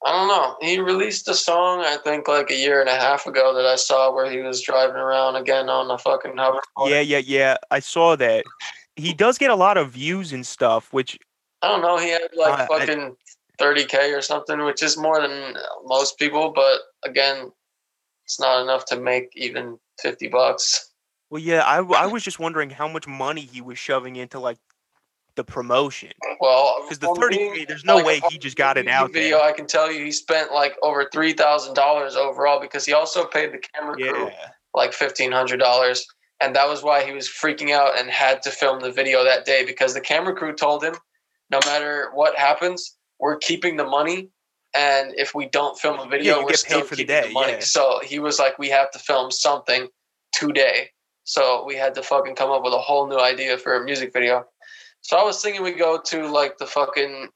S2: I don't know. He released a song I think like a year and a half ago that I saw where he was driving around again on a fucking hoverboard.
S4: Oh, Yeah, yeah, yeah. I saw that. He does get a lot of views and stuff, which
S2: I don't know. He had like
S4: Uh, I-
S2: fucking 30k or something, which is more than most people, but again, it's not enough to make even 50 bucks.
S4: Well, yeah, I, w- I was just wondering how much money he was shoving into like the promotion
S2: Well,
S4: because the
S2: from
S4: thirty
S2: being-
S4: k. There's no
S2: like,
S4: way
S2: from
S4: he just got it
S2: YouTube
S4: out
S2: Video,
S4: there.
S2: I can tell you, he spent like over three thousand dollars overall because he also paid the camera crew.
S4: Yeah,
S2: like fifteen hundred dollars, and that was why he was freaking out and had to film the video that day because the camera crew told him, no matter what happens, we're keeping the money, and if we don't film a video,
S4: you
S2: we're
S4: get
S2: still
S4: paid for the
S2: keeping
S4: day,
S2: money.
S4: yeah.
S2: So he was like, we have to film something today. So we had to fucking come up with a whole new idea for a music video. So I was thinking we go to like the fucking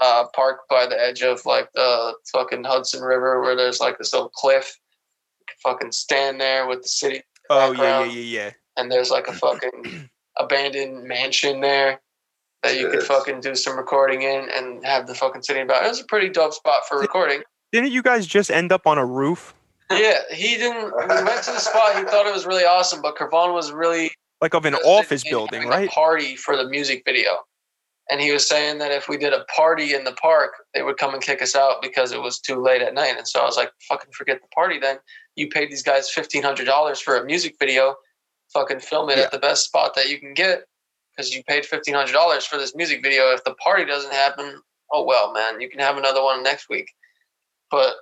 S2: uh, park by the edge of like the fucking Hudson River where there's like this little cliff. Fucking stand there with the city
S4: Oh yeah, yeah,
S2: background.
S4: yeah, yeah.
S2: and there's like a fucking abandoned mansion there that you could
S1: Yes.
S2: fucking do some recording in and have the fucking city about. It was a pretty dope spot for recording.
S4: Didn't you guys just end up on a roof,
S2: Yeah, he didn't. We went to the spot. He thought it was really awesome, but Cravon was really
S4: like of an
S2: interested
S4: office
S2: in
S4: building,
S2: having a
S4: right?
S2: party for the music video, and he was saying that if we did a party in the park, they would come and kick us out because it was too late at night. And so I was like, "Fucking forget the party then. You paid these guys fifteen hundred dollars for a music video. Fucking film it
S4: Yeah.
S2: at the best spot that you can get because you paid fifteen hundred dollars for this music video. If the party doesn't happen, oh well, man, you can have another one next week." But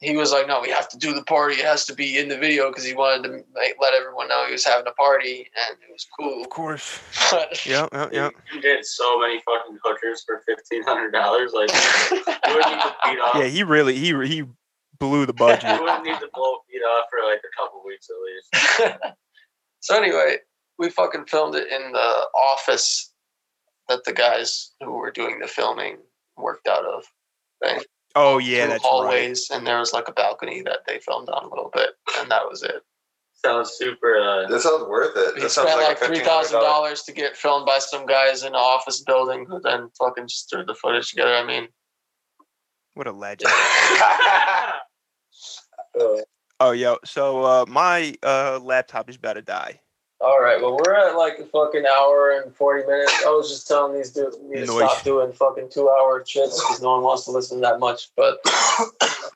S2: he was like, "No, we have to do the party. It has to be in the video because he wanted to make, let everyone know he was having a party, and it was cool."
S4: Of course.
S2: But
S4: Yeah, yeah, yeah.
S3: You did so many fucking hookers for fifteen hundred dollars. Like you wouldn't need to beat off.
S4: Yeah, he really he he blew the budget.
S3: You wouldn't need to blow feet off for like a couple weeks at least.
S2: so anyway, we fucking filmed it in the office that the guys who were doing the filming worked out of. Right?
S4: Oh yeah,
S2: Two
S4: that's right.
S2: hallways, and there was like a balcony that they filmed on a little bit, and that was it.
S3: Sounds super. Uh,
S1: That sounds worth it.
S2: He
S1: That sounds
S2: spent
S1: like
S2: like
S1: a
S2: three
S1: fifteen
S2: thousand
S1: hundred dollars.
S2: dollars to get filmed by some guys in an office building, who then fucking just threw the footage together. I mean.
S4: What a legend. Oh, yo. So uh, my uh, laptop is about to die.
S2: All right, well, we're at like a fucking hour and 40 minutes. I was just telling these dudes we need to
S4: Noise.
S2: stop doing fucking two hour shits because no one wants to listen that much. But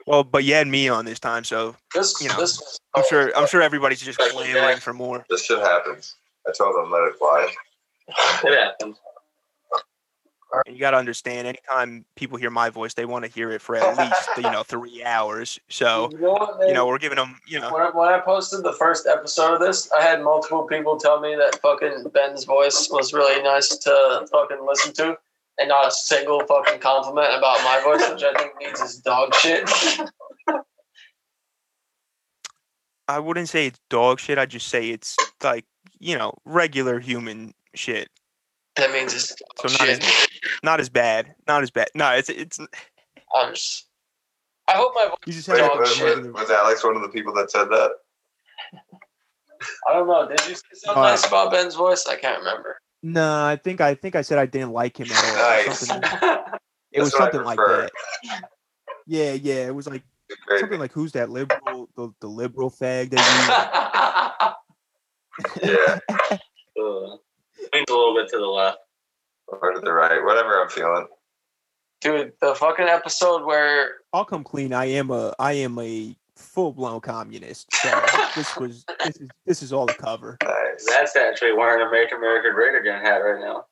S4: Well, but you had me on this time, so
S2: this,
S4: You know,
S2: this,
S4: I'm sure I'm sure everybody's just
S3: Right,
S4: clamoring for more.
S1: This shit happens. I told them let it fly.
S3: It happens.
S4: And you got to understand, anytime people hear my voice, they want to hear it for at least you know three hours. So
S2: you know what, man?
S4: you know we're giving them you know
S2: when, I, when I posted the first episode of this, I had multiple people tell me that fucking Ben's voice was really nice to fucking listen to, and not a single fucking compliment about my voice, which I think means is dog shit.
S4: I wouldn't say it's dog shit. I just say it's like you know regular human shit.
S2: that means it's
S4: So
S2: dog
S4: not
S2: shit.
S4: as not as bad. Not as bad. No, it's it's
S2: I'm just, I hope my voice.
S4: you just have
S1: Wait,
S2: Dog
S4: to
S1: was,
S2: shit.
S1: was- was Alex one of the people that said that?
S2: I don't know. Did you say something
S4: Uh,
S2: nice about Ben's voice? I can't remember.
S4: No, I think I think I said I didn't like him at all. or
S1: Nice.
S4: something. It
S1: That's
S4: was
S1: what I
S4: something like
S1: prefer.
S4: that. Yeah, yeah. It was like something like who's that liberal the, the liberal fag that
S2: yeah,
S1: yeah,
S3: Uh, lean a little bit to the left.
S1: or to the right, whatever I'm feeling.
S2: dude, the fucking episode where
S4: you I'll come clean. I am a I am a full blown communist. So this was this is this is all the cover.
S1: Nice.
S3: That's actually wearing a Make America Great Again hat right now.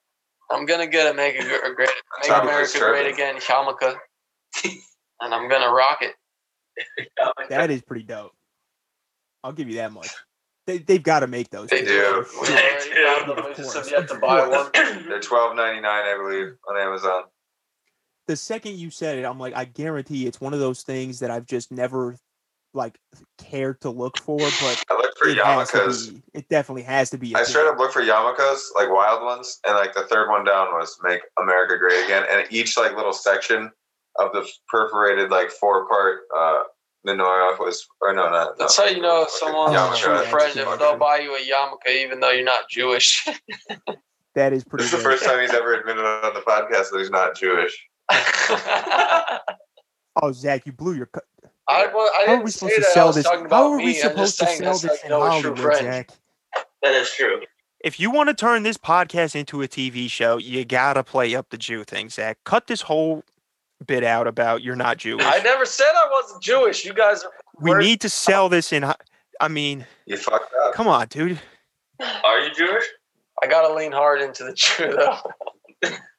S2: I'm gonna get a make a, Gr- a great make
S1: Tom
S2: America
S1: Cruise
S2: great again yarmulke, and I'm gonna rock it.
S4: That is pretty dope. I'll give you that much. They they've got to make those.
S2: They
S4: things.
S1: do.
S2: We
S4: Sure.
S2: already found them, we just have yet to buy one.
S1: They're twelve ninety nine, I believe, on Amazon.
S4: the second you said it, I'm like, I guarantee it's one of those things that I've just never like cared to look for, but
S1: I looked for
S4: it has
S1: yarmulkes.
S4: to be. It definitely has to be. a
S1: I straight
S4: thing.
S1: up looked for yarmulkes, like wild ones, and like the third one down was "Make America Great Again," and each like little section of the perforated like four part uh, menorah was, or no, not.
S2: That's
S1: no.
S2: how you know if someone's
S4: Yeah, I'm
S2: a
S4: sure
S2: true
S4: that's
S2: friend if
S4: different.
S2: they'll buy you a yarmulke even though you're not Jewish.
S4: That is pretty.
S1: This is the
S4: good.
S1: first time he's ever admitted on the podcast that he's not Jewish.
S2: I,
S4: Oh, Zach, you blew your. Co-
S2: wa- I
S4: How are
S2: didn't
S4: we
S2: say
S4: supposed to
S2: that. I
S4: sell
S2: was
S4: this?
S2: talking
S4: How
S2: about
S4: are
S2: me.
S4: we
S2: I'm just
S4: supposed to
S2: saying
S4: sell
S2: that's how
S4: this
S2: you
S4: in
S2: know a true
S4: Hollywood,
S2: friend.
S4: Zach?
S3: That is true.
S4: If you want to turn this podcast into a TV show, you gotta play up the Jew thing, Zach. Cut this whole bit out about you're not Jewish.
S2: I never said I wasn't Jewish. You guys are.
S4: we
S2: we're-
S4: need to sell this in. Ho- I mean,
S1: You fucked up.
S4: come on, dude.
S3: Are you Jewish?
S2: I gotta lean hard into the Jew though.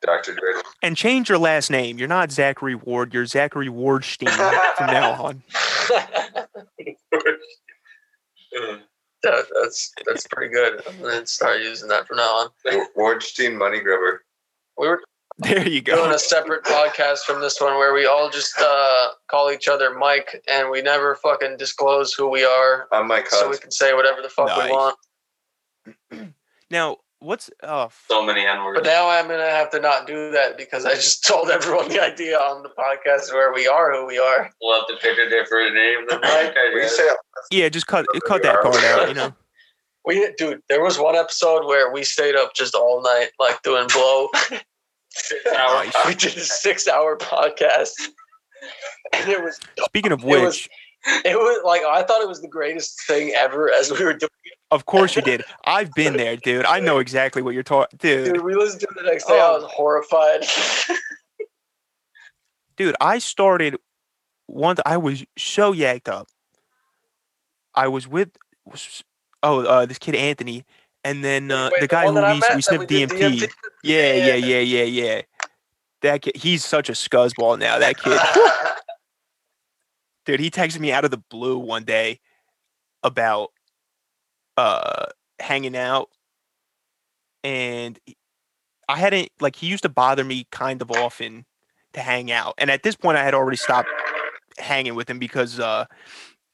S1: Dr. Great.
S4: And change your last name. You're not Zachary Ward. You're Zachary Wardstein from now on.
S2: That- that's that's pretty good. I'm gonna start using that from now on.
S1: Wardstein Money Grubber.
S2: We were
S4: There you go.
S2: doing a separate podcast from this one where we all just uh, call each other Mike and we never fucking disclose who we are,
S1: I'm Mike
S2: so we
S1: Hunt.
S2: can say whatever the fuck
S4: Nice.
S2: we want.
S4: Now, what's oh f-
S3: So many N words.
S2: But now I'm gonna have to not do that because I just told everyone the idea on the podcast where we are who we are.
S3: We'll have to pick a different name than Mike. I
S1: We
S3: guess.
S1: say oh,
S4: yeah? Just cut cut that part out. You know,
S2: We dude, there was one episode where we stayed up just all night like doing blow.
S3: Our-
S4: Nice.
S2: we did a six hour podcast. And it was
S4: Speaking of
S2: It was-
S4: which,
S2: It was like I thought it was the greatest thing ever. As we were doing,
S4: of course you did. I've been there, dude. I know exactly what you're talking, dude.
S2: dude, we listened to it the next day.
S4: Oh.
S2: I was horrified.
S4: Dude, I started once. I was so yacked up. I was with oh uh, this kid Anthony, and then uh,
S2: Wait,
S4: the guy
S2: one that I
S4: who we,
S2: met
S4: we
S2: that
S4: sniffed
S2: did
S4: DMT. Yeah,
S2: Yeah.
S4: yeah, yeah, yeah, yeah. That kid, he's such a scuzzball now. That kid. dude he texted me out of the blue one day about uh hanging out and he- i hadn't like he used to bother me kind of often to hang out and at this point i had already stopped hanging with him because uh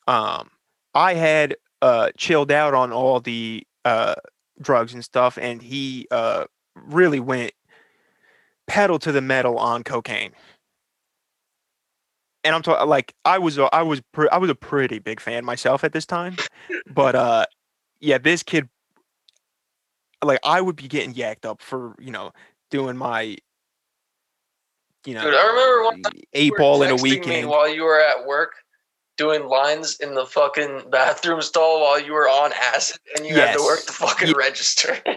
S4: um i had uh chilled out on all the uh drugs and stuff and he uh really went pedal to the metal on cocaine and I'm talking like I was a- I was pre- I was a pretty big fan myself at this time, but uh, yeah, this kid, like I would be getting yacked up for you know doing my, you know,
S2: Dude, I remember one
S4: eight ball in a weekend.
S2: while you were at work, doing lines in the fucking bathroom stall while you were on acid and you had
S4: Yes.
S2: to work the fucking
S4: Ye-
S2: register.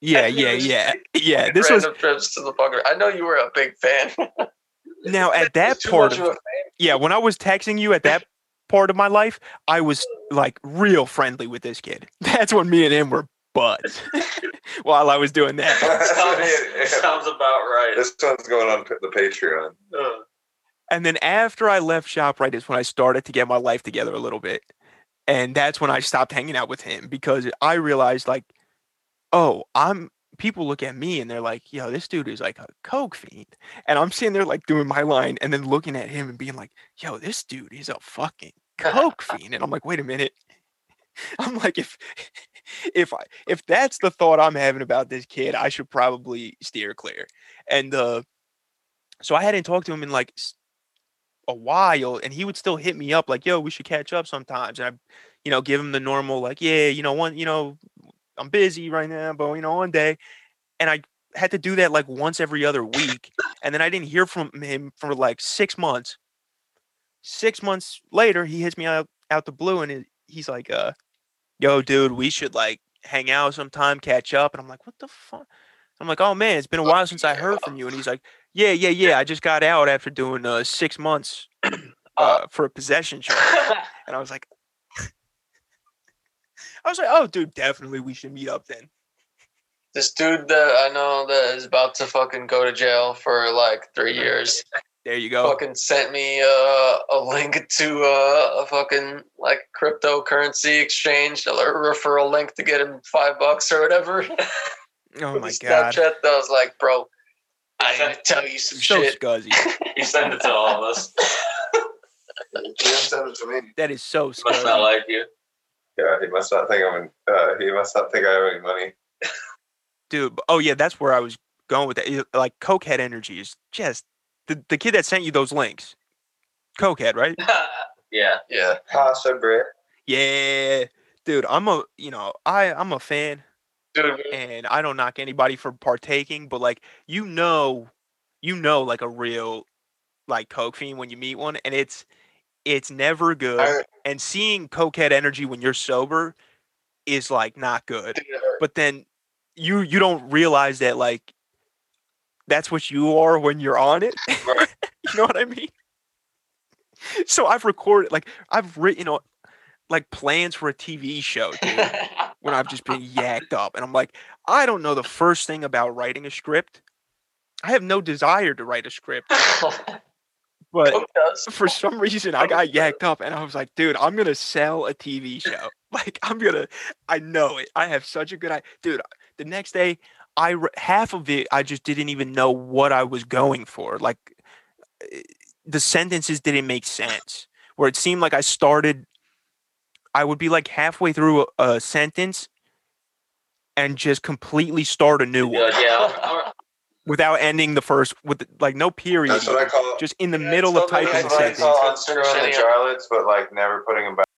S4: Yeah,
S2: And it
S4: yeah,
S2: was
S4: yeah, yeah. This was
S2: Random trips to the fucking. I know you were a big fan.
S4: now at
S2: That's
S4: that
S2: too
S4: part.
S2: much
S4: Of,
S2: of a-
S4: yeah, when I was texting you at that part of my life, I was like real friendly with this kid. That's when me and him were buds. While I was doing that,
S3: Sounds,
S1: Yeah.
S3: sounds about right. Uh.
S1: This one's going on the Patreon.
S3: Ugh.
S4: and then after I left Shoprite is when I started to get my life together a little bit, and that's when I stopped hanging out with him because I realized like, oh, I'm. People look at me and they're like, "Yo, this dude is like a coke fiend," and I'm sitting there like doing my line, and then looking at him and being like, "Yo, this dude is a fucking coke fiend," and I'm like, "Wait a minute." I'm like, if if I if that's the thought I'm having about this kid, I should probably steer clear. And uh so I hadn't talked to him in like s- a while, and he would still hit me up like, "Yo, we should catch up sometimes." And I, you know, give him the normal like, "Yeah, you know, one, you know, I'm busy right now, but you know, one day." And I had to do that like once every other week, and then I didn't hear from him for like six months. Six months later, he hits me out out the blue, and he- he's like, "Uh, yo, dude, we should like hang out sometime, catch up. And I'm like, what the fuck? I'm like, oh man, it's been a while since I heard from you. And he's like, yeah, yeah, yeah. I just got out after doing uh, six months uh, for a possession charge. And I was like, I was like, oh, dude, definitely we should meet up then.
S2: this dude that I know that is about to fucking go to jail for like three years
S4: There you go.
S2: fucking sent me uh, a link to uh, a fucking like cryptocurrency exchange, a referral link to get him five bucks or whatever.
S4: Oh my
S2: Snapchat,
S4: god,
S2: that I was like, bro, I gotta tell you some
S4: so
S2: shit.
S4: scuzzy.
S3: He sent it to all of us.
S1: send it to me.
S4: That is so
S3: Must not
S4: scuzzy.
S3: like you.
S1: Yeah, he must not think I'm. In, uh, he must not think I have any money.
S4: dude. b- Oh yeah, that's where I was going with that. It- Like cokehead energy is just the, the kid that sent you those links. Cokehead, right?
S3: yeah.
S2: Yeah.
S1: Possibly.
S4: Yeah, dude, I'm a you know I I'm a fan,
S2: Dude,
S4: and I don't knock anybody for partaking, but like you know, you know like a real like coke fiend when you meet one, and it's it's never good.
S1: I-
S4: and seeing cokehead energy when you're sober is like not good.
S2: dude,
S4: But then you you don't realize that like that's what you are when you're on it.
S1: Right.
S4: you know what I mean? So I've recorded like I've written on like plans for a TV show, dude when I've just been yacked up. And I'm like, I don't know the first thing about writing a script. I have no desire to write a script, but
S2: Coke does.
S4: for some reason I got yacked up and I was like, dude, I'm gonna sell a TV show. Like I'm gonna, I know it. I have such a good, I dude. The next day, I re- half of it I just didn't even know what I was going for. Like eh, the sentences didn't make sense. Where it seemed like I started, I would be like halfway through a, a sentence and just completely start a new
S3: You're
S4: one
S3: like, yeah. I'm- I'm-
S4: without ending the first with like no period.
S1: That's what I
S4: even,
S1: call.
S4: just in the
S2: Yeah,
S4: middle of
S2: something
S4: typing
S1: That's
S4: the
S1: what I
S4: sentence.
S1: call unscrewing the jarlets, but like never putting them back